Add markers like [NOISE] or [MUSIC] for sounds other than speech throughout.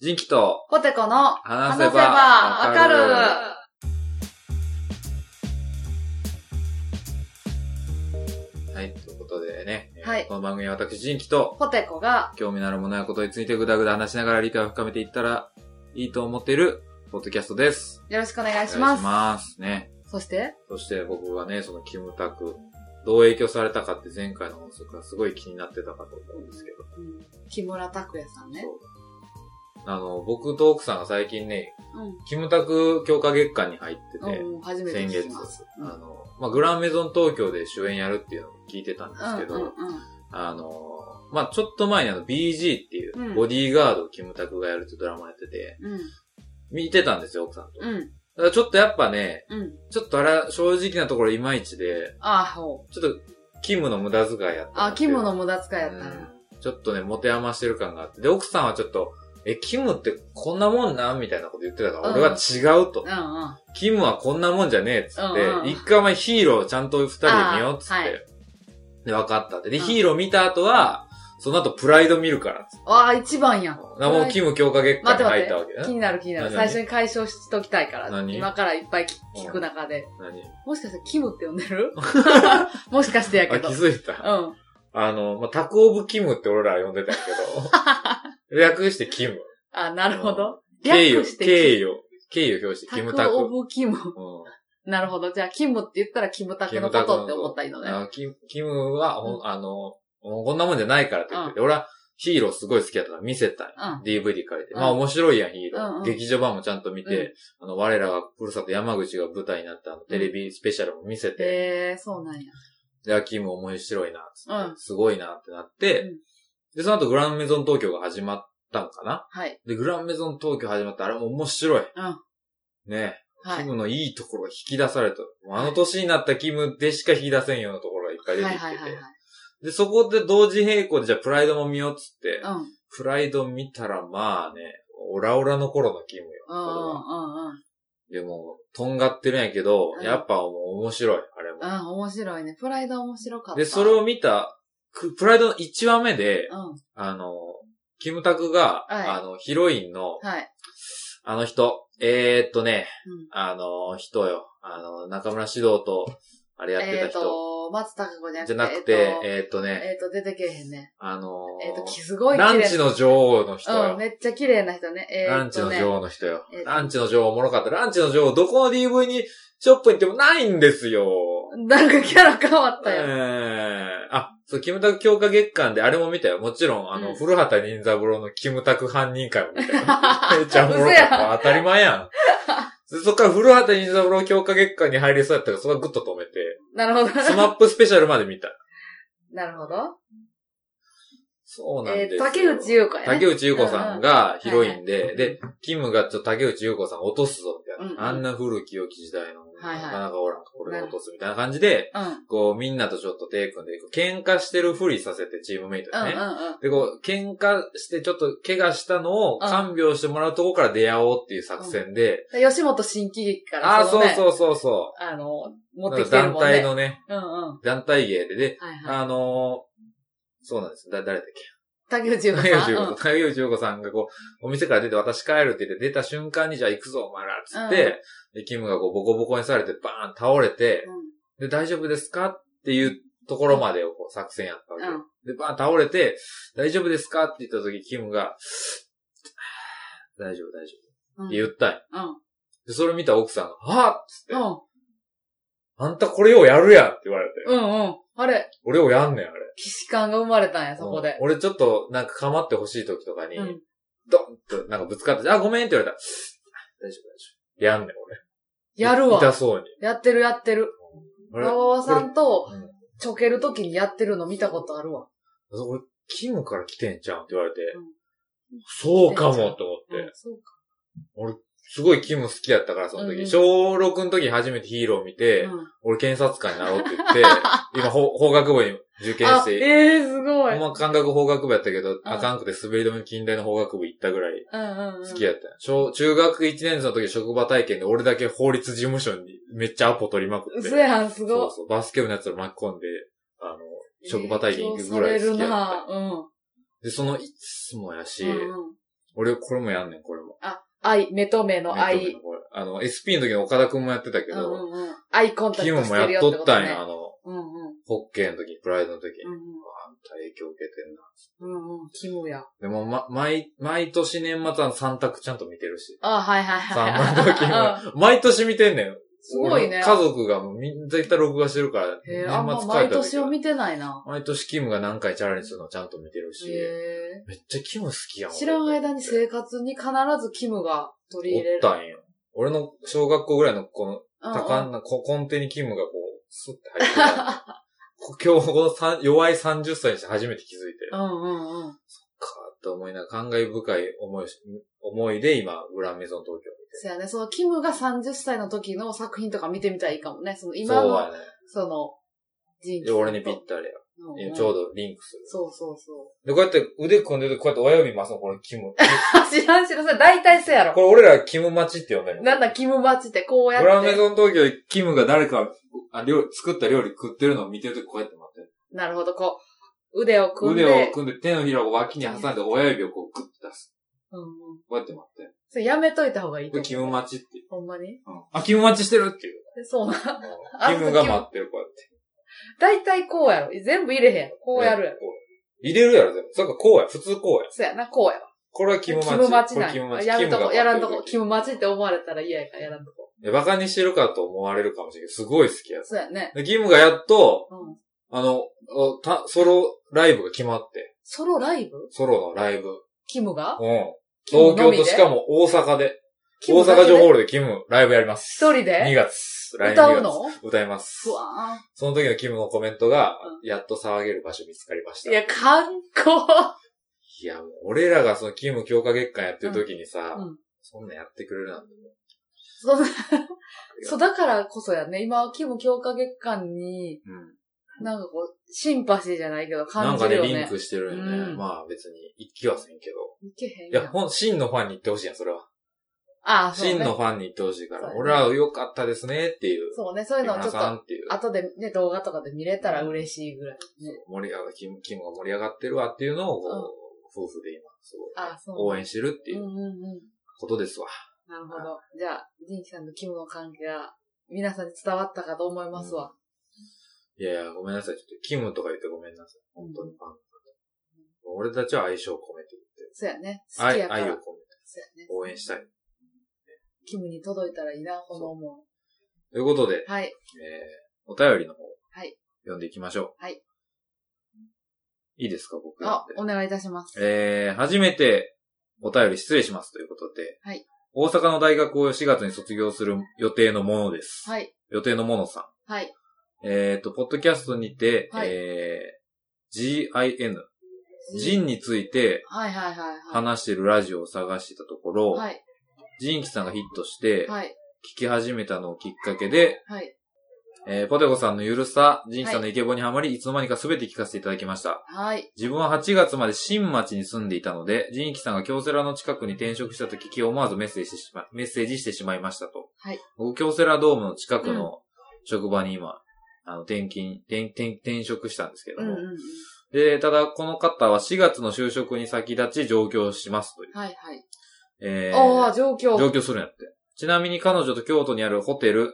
人気とポテコの話話せばせばわかる。はい、ということでね、えーはいこの番組は私人気とポテコが興味のあるものやことについてぐだぐだ話しながら理解を深めていったらいいと思っているポッドキャストです。よろしくお願おいします。ますね。そして、そして僕はね、そのキムタク、どう影響されたかって前回の放送からすごい気になってたかと思うんですけど。木村拓哉さんね。そうあの、僕と奥さんが最近ね、うんキムタク強化月間に入ってて、うん。初めて先聞月きます。、うんあの、まあ、グランメゾン東京で主演やるっていうのを聞いてたんでうんすけど、うんうん。あの、まあ、ちょっと前にあの BG っていううんボディーガードをキムタクがやるってドラマやってて、うん。見てたんですよ、奥さんと。だうん。からちょっとやっぱね、うん。ちょっとあれは正直なところいまいちで、ああ、ほう。ちょっとキムの無駄遣いやったあなあ、っていキうムの無駄遣いやったな。うんちょっとね、持て余してる感があって。で、奥さんはちょっと、え、キムってこんなもんなんみたいなこと言ってたから、うん俺は違うと。うんうん。キムはこんなもんじゃねえっつっうんうんて、一回お前ヒーローをちゃんと二人で見ようっつって。あーはいで、分かったって。で、うんヒーロー見た後は、その後プライド見るからっつって。ああ、一番やん。なもうキム強化月間に入ったわけ気ね。になる気になる。何最初に解消しときたいから。何今からいっぱい聞く中で。何もしかしてキムって呼んで [LAUGHS] るもしかしてやけあ、ど。気うん。づいた。あの、まあ、タクオブキムって俺ら呼んでたんやけ [LAUGHS] ど。略してキム。あ、なるほど。敬意を略し、て敬意を、敬意を表してキムタタク。クオブキム。 [LAUGHS] うんなるほど。じゃあ、キムって言ったらキムタクのこキムタクのこととって思ったらいいのね。あキキムは、ほんあの、もうこんなもんじゃないからって言ってて、俺はヒーローすごい好きだったから見せたい。う DVD 借りて。うんまあ面白いやん、ヒーロー。うんうん劇場版もちゃんと見て、あの、我らがふるさと山口が舞台になったあのテレビスペシャルも見せて、へえー、そうなんや。で、あキム面白いな、つって、うんすごいなってなって、うんで、その後グランメゾン東京が始まったんかなはい。で、グランメゾン東京始まって、あれも面白い。うんねえ、はキい。ムのいいところが引き出された。もうあの年になったキムでしか引き出せんようなところがいっぱはいい出てはきいてて。はいはい。で、そこで同時並行で、じゃあプライドも見ようっつって、うん。うんプライド見たら、まあね、オラオラの頃のキムよ。それはうんうんうん。でも、とんがってるんやけど、うんやっぱもう面白い、あれも。うん、面白いね。プライド面白かった。で、それを見た、くプライドの1話目で、うん。あの、キムタクが、はいあの、ヒロインの、はい。あの人、えー、っとね、うんあの、人よ、あの、中村獅童と、あれやってえたっ人、と、松たか子じゃじゃななくくて、て、ええっとー、っとね、えっと、出てけえへんね。あのーえっと、きすごい綺ラ麗ンチの女王の人よ。うん、めっちゃ綺麗な人ね。えラーンっチとのね女王の人よえっ。とランチの女王おもろかった。ランチの女王、どこの DV にショップ行ってもないんですよ。なんかキャラ変わったえよ。えあ、そう、キムタク強化月間で、あれも見たよ。もちろん、あの、うん古畑任三郎のキムタク犯人会も見たよ。 [LAUGHS] めっちゃおもろかった。当たり前やん。でそっから古畑任三郎強化月間に入りそうやったから、そこはグッと止め [LAUGHS] て、なるほど。スマップスペシャルまで見た。なるほど。そうなんえですーよ。竹内優子やね。竹内優子さんがヒロインうんうんはいでは、いで、キムがちょっと竹内優子さんを落とすぞ、みたいな。うんうんあんな古き良き時代の、はいはいなかなかおらんか、これが落とす、みたいな感じで、うん。こう、みんなとちょっと手組んで、こう喧嘩してるふりさせて、チームメイトうんにうね。んうん。で、こう、喧嘩してちょっと怪我したのをうん看病してもらうとこから出会おうっていう作戦で、で吉本新喜劇から、ああ、そうう。そうそうそあの、持う。ってきてる団もんね。体のね、うんうん。は団体芸で、で、いはい。あのー、そうなんです。だ、誰だっけ竹内優子さん。影内う子んさん、影内子さんがこう、お店から出て私帰るって言って出た瞬間にじゃあ行くぞお前らっつって、でキムがこうボコボコにされてバーン倒れて、で大丈夫ですかっていうところまでをこう作戦やったわけ。うん。うん。で、バーン倒れて、大丈夫ですかって言った時、キムが、大丈夫大丈夫うん。って言ったんようん。で、それ見た奥さんが、はっつって、うあんたこれをやるやんって言われて、ん。うんうん。あれ、俺をやんねん、あれ。騎士感が生まれたんや、そこでうん。俺ちょっと、なんか構ってほしい時とかに、うん。ドンと、なんかぶつかって、あ、ごめんって言われた。大丈夫、大丈夫。やんねん、俺。やる痛わ。そうに。やってるやってる。俺、ラワワさんとうん、ちょけるときにやってるの見たことあるわ。俺、キムから来てんじゃうんって言われて、うんそうかもって思って、うんそうか。すごいキム好きやったから、その時。うんうん小6の時に初めてヒーロー見て、うん俺検察官になろうって言 [LAUGHS] って、今法、法学部に受験しあ、て、ええ、すごい。ほんま感覚法学部やったけど、あかんくて滑り止め近代の法学部行ったぐらいうんうんうん。好きやった。小、中学1年生の時職場体験で俺だけ法律事務所にめっちゃアポ取りまくって。嘘やん、すそごうそう、バスケ部のやつを巻き込んで、あの、職場体験行くぐ影らい好響されきるやった。なうん。で、そのいつもやし、うんうん俺、これもやんねん、これも。愛、目と目の目と目愛の。これあの、SP の時の岡田くんもやってたけうど、んうんうん。アイコンタキクムトしもてるやよっってとこったとんねや、あ。の、うんうん。ホッケーの時、プライドの時。うんうんあんた影響受けてんな。うんうん。キムや。でも、ま、毎、毎年年末は三択ちゃんと見てる [LAUGHS] し。あ、はいはい三はい。番のキムうん毎年見てんねん。すごいね俺。家族がもうみんな絶対録画してるから、へえ、あんま毎年を見てないな。毎年キムが何回チャレンジするのちゃんと見てるし、へめっちゃキム好きやえ。ん。知らん間に正生活に必ずキムが取り入れおるっ。たんよ。俺の小学校ぐらいのこのうんうん多感な、こ根底にキムがこう、スッて入ってた。こ今日この三弱い30歳にして初めて気づいて、うんうんうん。かーって思いながら感慨深い思いし、思いで今、グランメゾン東京そうやね。そのキムが30歳の時の作品とか見てみたらいいかもね。そのに。今そうの、やね。その、人で、俺にぴったりや。うんうんちょうどリンクする。そうそうそで、こうやって腕組んでて、こうやって親指回すの、これ、キム。 [LAUGHS] う。 [LAUGHS] 知らん知らん。それ大体そうやころ。れ俺ら、キム待ちって呼んでる。なんだ、キムバチってこうやっグランメて。ゾン東京でキムが誰か、あ、料理、作った料理食ってるのを見てるときこうやって待ってる。なるほど、こう、腕を組んで。腕を組んで手のひらを脇に挟んで親指をこうグッて出す。うんうん。こうやって待ってる。それやめといた方がいいことれ思う。キム待ちっていう。ほんまうにんあ、キム待ちしてるっていう。でそうな。キムが待ってる、こうやって。 [LAUGHS] 大体こうやろ。全部入れへんやろ。こうやるやろ。こう入れるやろ、全部。それかこうや。普通こうや。そうやな、こうやわ。これはキム待ち。キム待ちなこれキムん待や。ちやめとこう、やらんとこう。キキムム待ちって思われたら嫌やから、やらんとこ待ちいやバカにしてるかと思われるかもしれないけど、すごい好きやう。。そうやね。で、キムがやっと、うん。あの、おた、ソロライブが決まって、ソロライブソロのライブ。キムがうん。東京としかも。も大阪で、キ大ムだけ阪で城ホールでキムライブやります。一人2で月。来年歌う2の月歌いますふ。わその時のキムのコメントがう、やっと騒げる場所見つかりましーた。ん。いや、観光。いや、もう俺らがそのキム強化月間やってる時にさ、うんうんそんなんやってくれるなんて。そんな、そう、だからこそやね。今、キム強化月間に、うん。なんかこう、シンパシーじゃないけどな感んかじるね、よね。リンクしてるよね。うんまあ別に、行きはせんけど。いけへんいや、やん。ほん、真のファンに行ってほしいやん、それは。ああ、そう真ねの。ファンに行ってほしいから、そうね俺ら良かったですねっていう。そうね、そういうのをちょっ皆さんと、っていう。後でね、動画とかで見れたら嬉しいぐらいね。盛り上が、キム、キムが盛り上がってるわっていうのを、こう夫婦で今、すごいああ、そう。応援してるっていううんうんうん。ことですわ。なるほど。じゃあ、ジンキさんのキムの関係が皆さんに伝わったかと思いますわ。いやいや、ごめんなさい。ちょっと、キムとか言ってごめんなさい。本当にファンの方。俺たちは愛情を込めてそうやね。好言っきてやる。から。愛、愛を込めてそうやね。応援したい。キムに届いたらいいな、この思ということで、う。はい。えー、お便りの方、はい読んでいきましょう。はい。いいですか、僕あらって、お願いいたします。えー、初めてお便り失礼しますということで、はい大阪の大学を4月に卒業する予定のものです。はい。予定のものさん。はい。えっ、と、ポッドキャストにて、はいえー、GIN、ジンについてはいはいはいはい。話してるラジオを探してたところ、はい。ジンキさんがヒットして、はい。聞き始めたのをきっかけで、はい。えーポテコさんのゆるさ、ジンキさんのイケボにはまり、い、つの間にか全て聞かせていただきました。はい。自分は8月まで新町に住んでいたので、ジンキさんが京セラの近くに転職したと聞き、思わずメッセージしてしまメッセージしてしまいましたと。はい僕、京セラドームの近くの職場に今、あの、転勤、転、転、転職したんですけどうんも、うんうん。で、ただ、この方は4月の就職に先立ち上京しますという。はいはい。えああ、ー、状況。上京するんやって。ちなみに彼女と京都にあるホテル、ん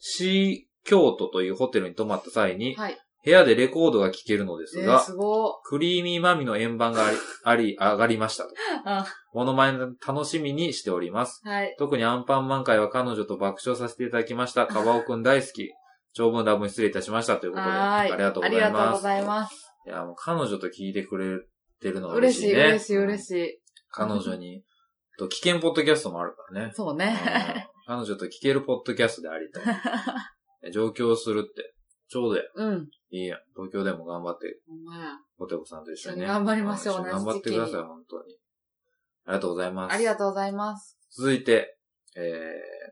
C 京都というホテルに泊まった際に、はい。部屋でレコードが聴けるのでえすー、が、すごクリーミーマミの円盤があり、 [LAUGHS] あり、上がりましたと。い。あモノマネ楽しみにしております。はい。特にアンパンマン会は彼女と爆笑させていただきました。カバオくん大好き。長文ダブに失礼いたしました。ということで、はあい。りがとうございます。ありがとうございます。いや、もう彼女と聞いてくれてるのは嬉嬉ししいい、ね。嬉しい、嬉い。しい。彼女に、と、危険ポッドキャストもあるから [LAUGHS] ね。そううんね。彼女と聞けるポッドキャストでありた [LAUGHS] い。上京するって、ちょうどや。うん。いいやん。東京でも頑張って、ほんまや。ポテコさんと一緒にね。一緒に頑張りましょう一緒に同じ頑張っ時期てにください、本当に。ありがとうございます。ありがとうございます。続いて、え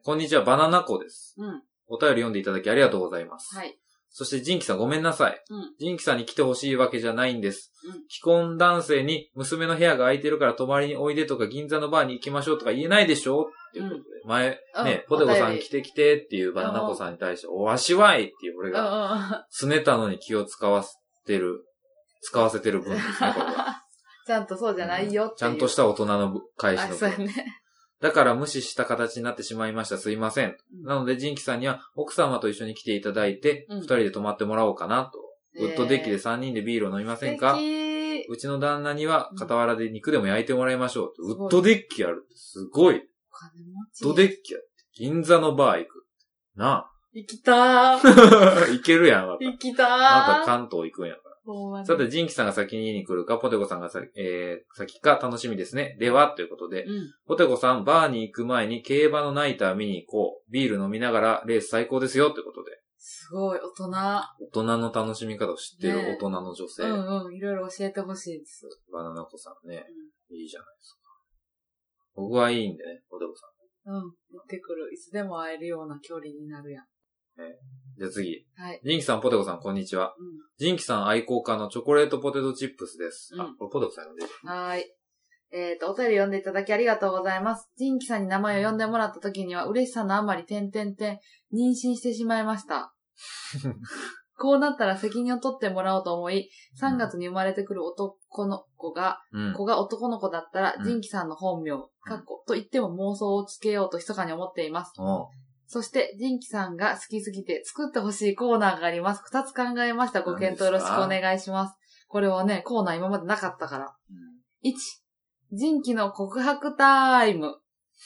ー、こんにちは、バナナ子です。うん。お便り読んでいただきありがとうございます。はい。そして、ジンキさんごめんなさい。うんジンキさんに来てほしいわけじゃないんです。うん既婚男性に娘の部屋が空いてるから泊まりにおいでとか銀座のバーに行きましょうとか言えないでしょっていうことで。前、うんね、ポテコさお便んり来て来てっていうバナナ子さんに対して、おわしわいっていう俺うんうんが、 [LAUGHS] う拗ん。ねたのに気を使わせてる、使わせてる分ですね、これは。ちゃんとそうじゃないよっていう、ちゃんとした大人の返しあ、のそう文やね。だから無視した形になってしまいました。すいません。うんなので、ジンキさんには奥様と一緒に来ていただいて、うん二人で泊まってもらおうかなと。ウッドデッキで三人でビールを飲みませんか、素敵うちの旦那には傍らで肉でも焼いてもらいましょう。うんウッドデッキやるってすごい。ウッお金持ち。ドデッキやって。銀座のバー行く。 [LAUGHS] な行きたあ [LAUGHS] ー。。行けるやん、また。行きたー。また関東行くんやかほんまら。にさて、ジンキさんが先に家に来るか、ポテコさんがさ、えー、先か楽しみですね。では、ということで、うん。ポテコさん、バーに行く前に競馬のナイター見に行こう。ビール飲みながらレース最高ですよ。ということで。すごい、大人。大人の楽しみ方を知ってねるえ大人の女性。うんうん。いろいろ教えてほしいです。バナナ子さんね。いいじゃないですか。僕はいいんでね、ポテコさうん。行ってくる。いつでも会えるような距離になるやん。ん。じゃあ次。はい。ジンキさん、ポテコさん、こんにちは。うジンキさん愛好家のチョコレートポテトチップスです。うあん、これポテコさんが出てる。ん。はーい。えっ、と、お便り読んでいただきありがとうございます。ジンキさんに名前を呼んでもらった時には、嬉しさのあまり、点々点、妊娠してしまい [LAUGHS] ました。こうなったら責任を取ってもらおうと思い、3月に生まれてくる男の子が、うん。子が男の子だったらう、んジンキさんの本名、かっこと言っても妄想をつけようと密かに思っています。おうそして、ジンキさんが好きすぎて作ってほしいコーナーがあります。二つ考えました。ご検討よろしくお願いします。これはね、コーナー今までなかったから。1、ジンキの告白タイム。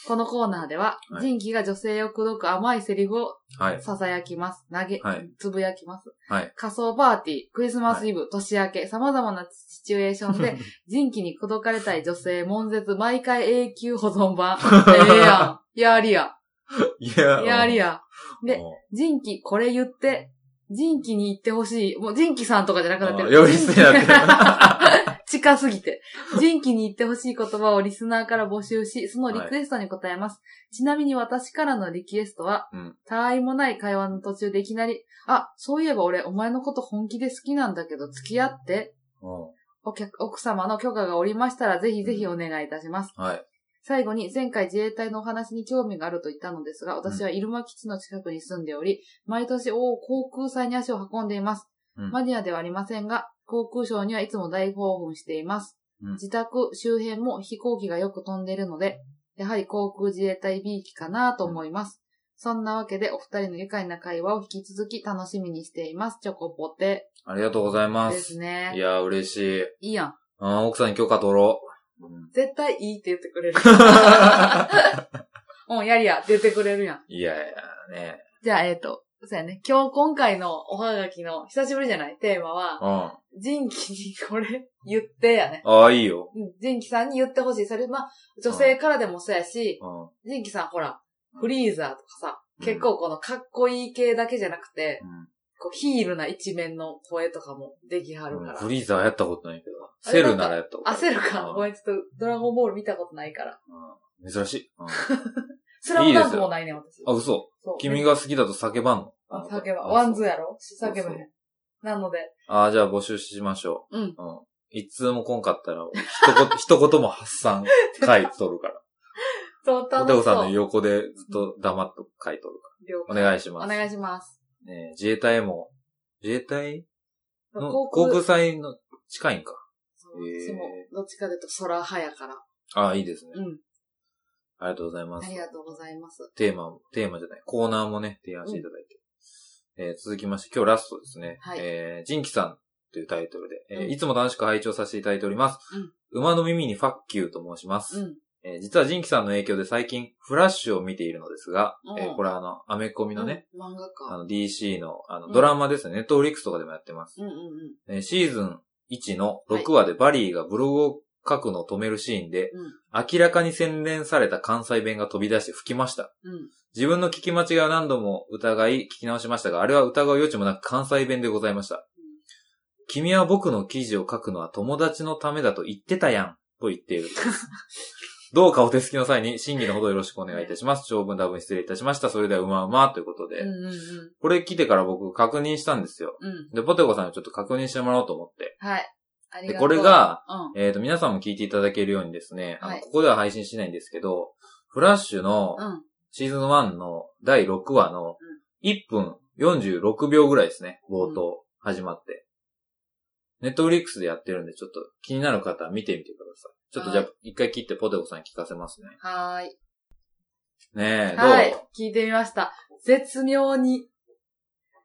このコーナーでは、はいジンキが女性を口説く甘いセリフをはい。囁きます。投げ、はいつぶやきます。はい仮想パーティー、クリスマスイブ、年明け、様々なシチュエーションで、人気に口説かれたい女性、悶絶、毎回永久保 [LAUGHS] 存版。ええやん。やりや。 [LAUGHS] いややりや。でおう人気、これ言って、人気に行ってほしい。もう人気さんとかじゃなくなってある。よりすやってる。 [LAUGHS] 近すぎて。人気に言ってほしい言葉をリスナーから募集し、そのリクエストに答えます。ちなみに私からのリクエストは、うんたわいもない会話の途中でいきなり、あ、そういえば俺、お前のこと本気で好きなんだけど、付き合って、おうお客、奥様の許可がおりましたら、ぜひぜひお願いいたします。はい。最後に前回自衛隊のお話に興味があると言ったのですが、私は入間基地の近くに住んでおり、毎年大航空祭に足を運んでいます。うんマニアではありませんが、航空ショーにはいつも大興奮しています。うん自宅周辺も飛行機がよく飛んでいるので、やはり航空自衛隊 B 機かなと思います。そんなわけでお二人の愉快な会話を引き続き楽しみにしています。チョコポテありがとうございまですす。ねい。やー、嬉しい。いいやん。あー奥さんに許可取ろう。 [LAUGHS] うん絶対いいって言って [LAUGHS] くれる。うん、やりや、出てくれるやん。いやいや、ね。じゃあ、えっ、と、そうやね。今日今回のおはがきの久しぶりじゃないテーマは、うん。あ人気にこれ [LAUGHS] 言ってやね。あ、いいよ。うん人気さんに言ってほしい。それ、まあ、女性からでもそうやし、うん。人気さんほら、フリーザーとかさ、うん結構このかっこいい系だけじゃなくて、うんこうヒールな一面の声とかもできはるから。フリーザーやったことないけど。あセれなんかルならやったことある。焦るか。うんごめん、ちょっとドラゴンボール見たことないから。うん珍しい。うん [LAUGHS] スラムダンクもないね、私。あ、嘘。そう君。が好きだと叫ばんのあ叫ば、あワンズやろう叫ばへん。なので、ああ、じゃあ募集しましょうん。う。うん。一通も来んかったら、一言、 [LAUGHS] 一言も発散回取るかそう、ら。お [LAUGHS] 楽手しごさんそのう。横でずっと黙っと回取るか了解ら。お願いしまおす。願いします。ねえ自衛隊も、自衛隊の航航空空。祭の近いんか。そうへー私も、どっちかというと空派やから。ああ、いいですね。うん。ありがとうございまあすり。がとうございます。テーマ、テーマじゃない、コーナーもね、提案していただいて。えー続きまして、今日ラストですね。はいえー、ジンキさんというタイトルで、えーうんいつも楽しく拝聴させていただいております。うん馬の耳にファッキューと申します。うん。えー実はジンキさんの影響で最近、フラッシュを見ているのですが、えうーんこれはあの、アメコミのね、うん。漫画あか。の DC のあのうんドラマですね、ネットフリックスとかでもやってます。うんうんえーシーズン1の6話でバリーがブログを書くのを止めるシーンで、うん。明らかに洗練された関西弁が飛び出して吹きました。うん。うん。自分の聞き間違いを何度も疑い、聞き直しましたが、あれは疑う余地もなく関西弁でございました。君は僕の記事を書くのは友達のためだと言ってたやん、と言っている。 [LAUGHS] どうかお手すきの際に、審議のほどよろしくお願いいたします。長文多分失礼いたしました。それではうまうま、ということで。うんうんうん。これ来てから僕確認したんですよ。うん。で、ポテコさんにちょっと確認してもらおうと思って。はい。ありがで、とう。これ、が、うん。えっ、と、皆さんも聞いていただけるようにですね、あのはいここでは配信しないんですけど、フラッシュの、うん。シーズン1の第6話の1分46秒ぐらいですね、冒頭、始まって。ネットフリックスでやってるんで、ちょっと気になる方は見てみてください。ちょっとじゃあは、一回切ってポテコさん聞かせますね。はーい。ねえ、どう、はい。聞いてみました。絶妙に。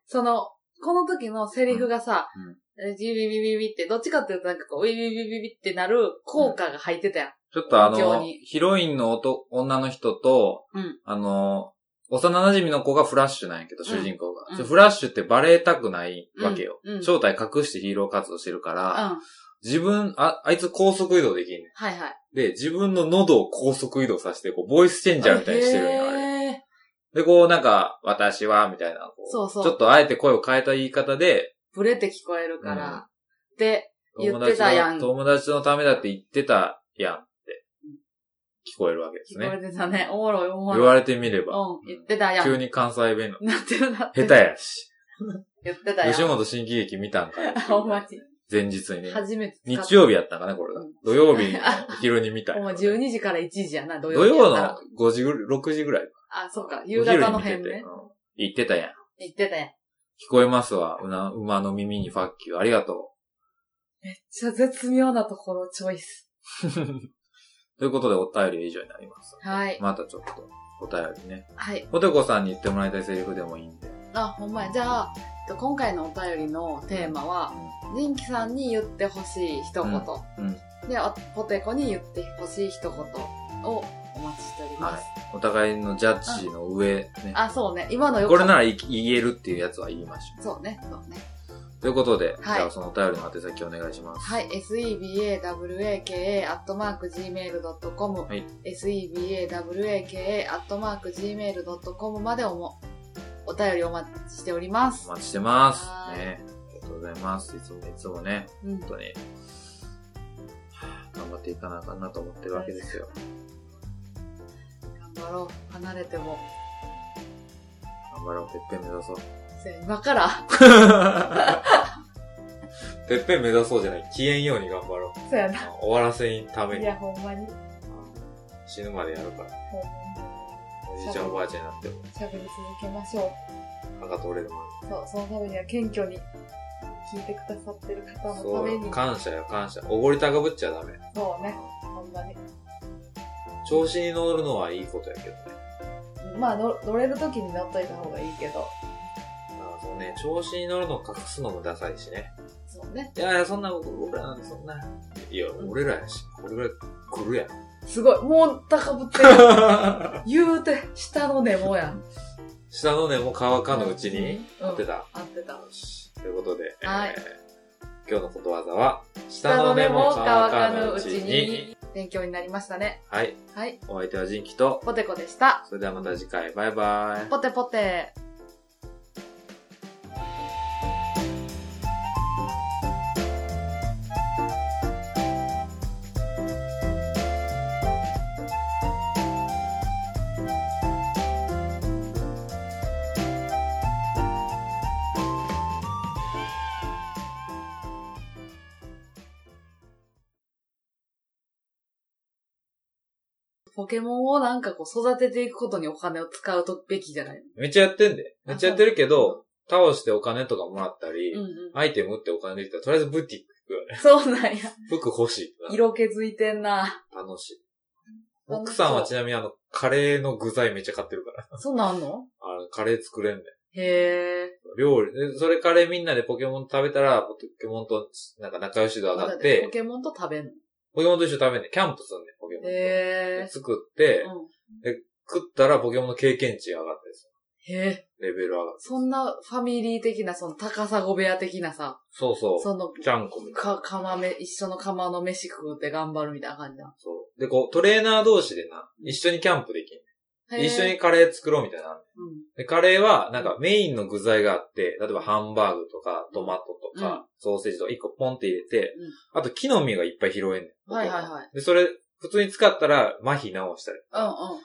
その、この時のセリフがさ、うんえビビビビビって、どっちかっていうとなんかこう、ウィビビビビってなる効果が入ってたやん。ちょっとあ非常のに、ヒロインの男女の人と、うんあの、幼馴染の子がフラッシュなんやけど、主人公が。うんちょフラッシュってバレたくないわけよ。うんうん正体隠してヒーロー活動してるかうん。ら、はい自分、あ、あいつ高速移動できんねはい。ん。で、自分の喉を高速移動させて、こう、ボイスチェンジャーみたいにしてるんよ、あれ。へーで、こう、なんか、私は、みたいな、こそうそうちょっとあえて声を変えた言い方で、ブレて聞こえるから。で、言友って達たやのん友達のためだって言ってたやんって、聞こえるわけです聞こえね。てたね。おもろいおも言ろい。われてみれば。うん。言ってたやん。急に関西弁の。なってるなっ下てる手やし。言ってたやん。吉本新喜劇見たんかな [LAUGHS] ほんまに。前日にね。初めて使った。日曜日やったんかな、これがうん。土曜日の昼に見たんもや [LAUGHS] うろね。 12時から1時やな、土土曜日や曜ったら。の5時ぐらい、6時ぐらい。あ、そうか。夕方の辺お昼に見ててね。うん言ってたやん。言ってたやん。聞こえますわ。うな、馬の耳にファッキュー。ありがとじゃ絶妙なところ、チョイス。 [LAUGHS] う。ということで、お便りは以上になります。はい。またちょっと、お便りね。はい。ポテコさんに言ってもらいたいセリフでもいいんで。あ、ほんまや。じゃあ、えっと今回のお便りのテーマは、ジンキさんに言ってほしい一言。うんで、あポテコに言ってほしい一言をお待ちしております。お互いのジャッジの上、ね。あ、そうね。今のよこれならい言えるっていうやつは言いましょう。そうね。そうね。ということで、はいじゃあそのお便りの宛先お願いします。はい、sebawaka.gmail.com、はい sebawaka.gmail.com までおも、お便りお待ちしておりますお。待ちしてますは。いね。ありがとうございます。いつもいつもね、うん本当に、頑張っていかなあかんなと思ってるわけですよ。頑張ろう。離れても。頑張ろう、てっぺん目指そう。せや今から、 [LAUGHS] [LAUGHS] てっぺん目指そうじゃない、消えんように頑張ろ [LAUGHS] う。そうやな。終わらせんためいにや、ほんまに。死ぬまでやるから。ほんおじいちゃんおばあちゃんになっても、喋り続けましょ歯が取れるまう。そう、そのためには謙虚に聞いてくださってる方で。のたそうめよに。そう感謝よ、感謝。おごり高ぶっちゃダメ。ね。ほんまに。調子に乗るのはいいことやけどね。まあ、の乗れる時に乗っといた方がいいけど。あそうね、調子に乗るの隠すのもダサいしね。そうね。いやいや、そんな、俺らなんてそんな。いや、俺らやし、これぐらい来るやん。すごい。もう高ぶってる。 [LAUGHS] 言うて、下のね、もうやん。下の根も乾かぬうちに、うん合ってた。合ってた。よしということで、はいえー今日のことわざは、下下のの根根もも乾か乾かぬぬううちちにに。。勉強になりましたね。はい、はい。お相手はジンキと、ポテコでした。それではまた次回、バイバイ。ポテポテ。ポケモンをなんかこう育てていくことにお金を使うとべきじゃないめっちゃやってんで。めっちゃやってるけど、倒してお金とかもらったり、うんうん。アイテムってお金できたら、とりあえずブティックよね。そうなんや。服欲しいな。色気づいてんな。楽しい。奥さんはちなみにあの、カレーの具材めっちゃ買ってるから。そうなんのあの、カレー作れんねん。へえ。料理。でそれカレーみんなでポケモン食べたら、ポケモンと、なんか仲良し度上がっポて、ケモンと食べんのポケモンと一緒に食べんねん。キャンプすんねん、ポケモンと。へで作ってえ。、うん。食ったらポケモンの経験値が上がってですへえ。レベル上がって。そんなファミリー的な、その高砂部屋的なさ、そうそう。その、ちゃんこみたいな。か、釜め、一緒の釜の飯食うって頑張るみたいな感じだ。そう。で、こう、トレーナー同士でな、一緒にキャンプできんねん。へー一緒に。カレー作ろうみたいなのあんねん。うん。で、カレーは、なんかメインの具材があって、例えばハンバーグとか、トマトとか、うんソーセージとか一個ポンって入れて、うんあと木の実がいっぱい拾えんねん。。はいはいはいで、それ、普通に使ったら、麻痺直したり、う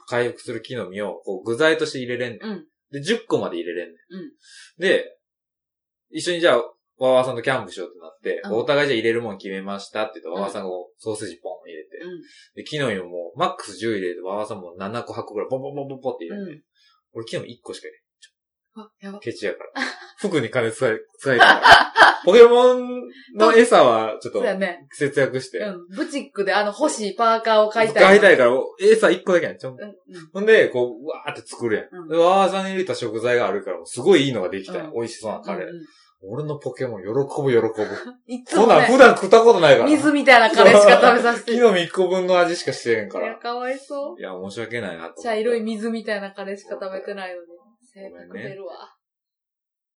回復する木の実を、こう、具材として入れれんねん。んうん。うん。で、10個まで入れれんねん。うんで、一緒にじゃあ、わわさんとキャンプしようってなって、うんお互いじゃあ入れるもん決めましたって言うと、うんわわさんがこうソーセージポン入れて、うん。で、木の実もマックス10入れて、わわさんも7個8個ぐらいポンポンポンポンポンって入れて、うん俺木の実1個しか入れん。あ、やば。ケチやから。服に金使い、使いたいか [LAUGHS] ら。ポケモンの餌はちょっそうとやね。節約して。うん。ブチックであの欲しいパーカーを買いたい。買いたいから、餌1個だけやん。ちょんうん。うん。ほんで、こう、うわーって作るやん。うんでわーざん入れた食材があるから、もうすごいいいのができたやん。うん美味しそうなカレー。うんうん俺のポケモン喜ぶ喜ぶ。いつそもんなんね、普段食ったことないから。水みたいなカレーしか食べ [LAUGHS] させて。木の実1個分の味しかしてへんかいや、ら。かわいそう。いや、申し訳ないなと思って。茶色い水みたいなカレーしか食べてないのに。性格出るわ。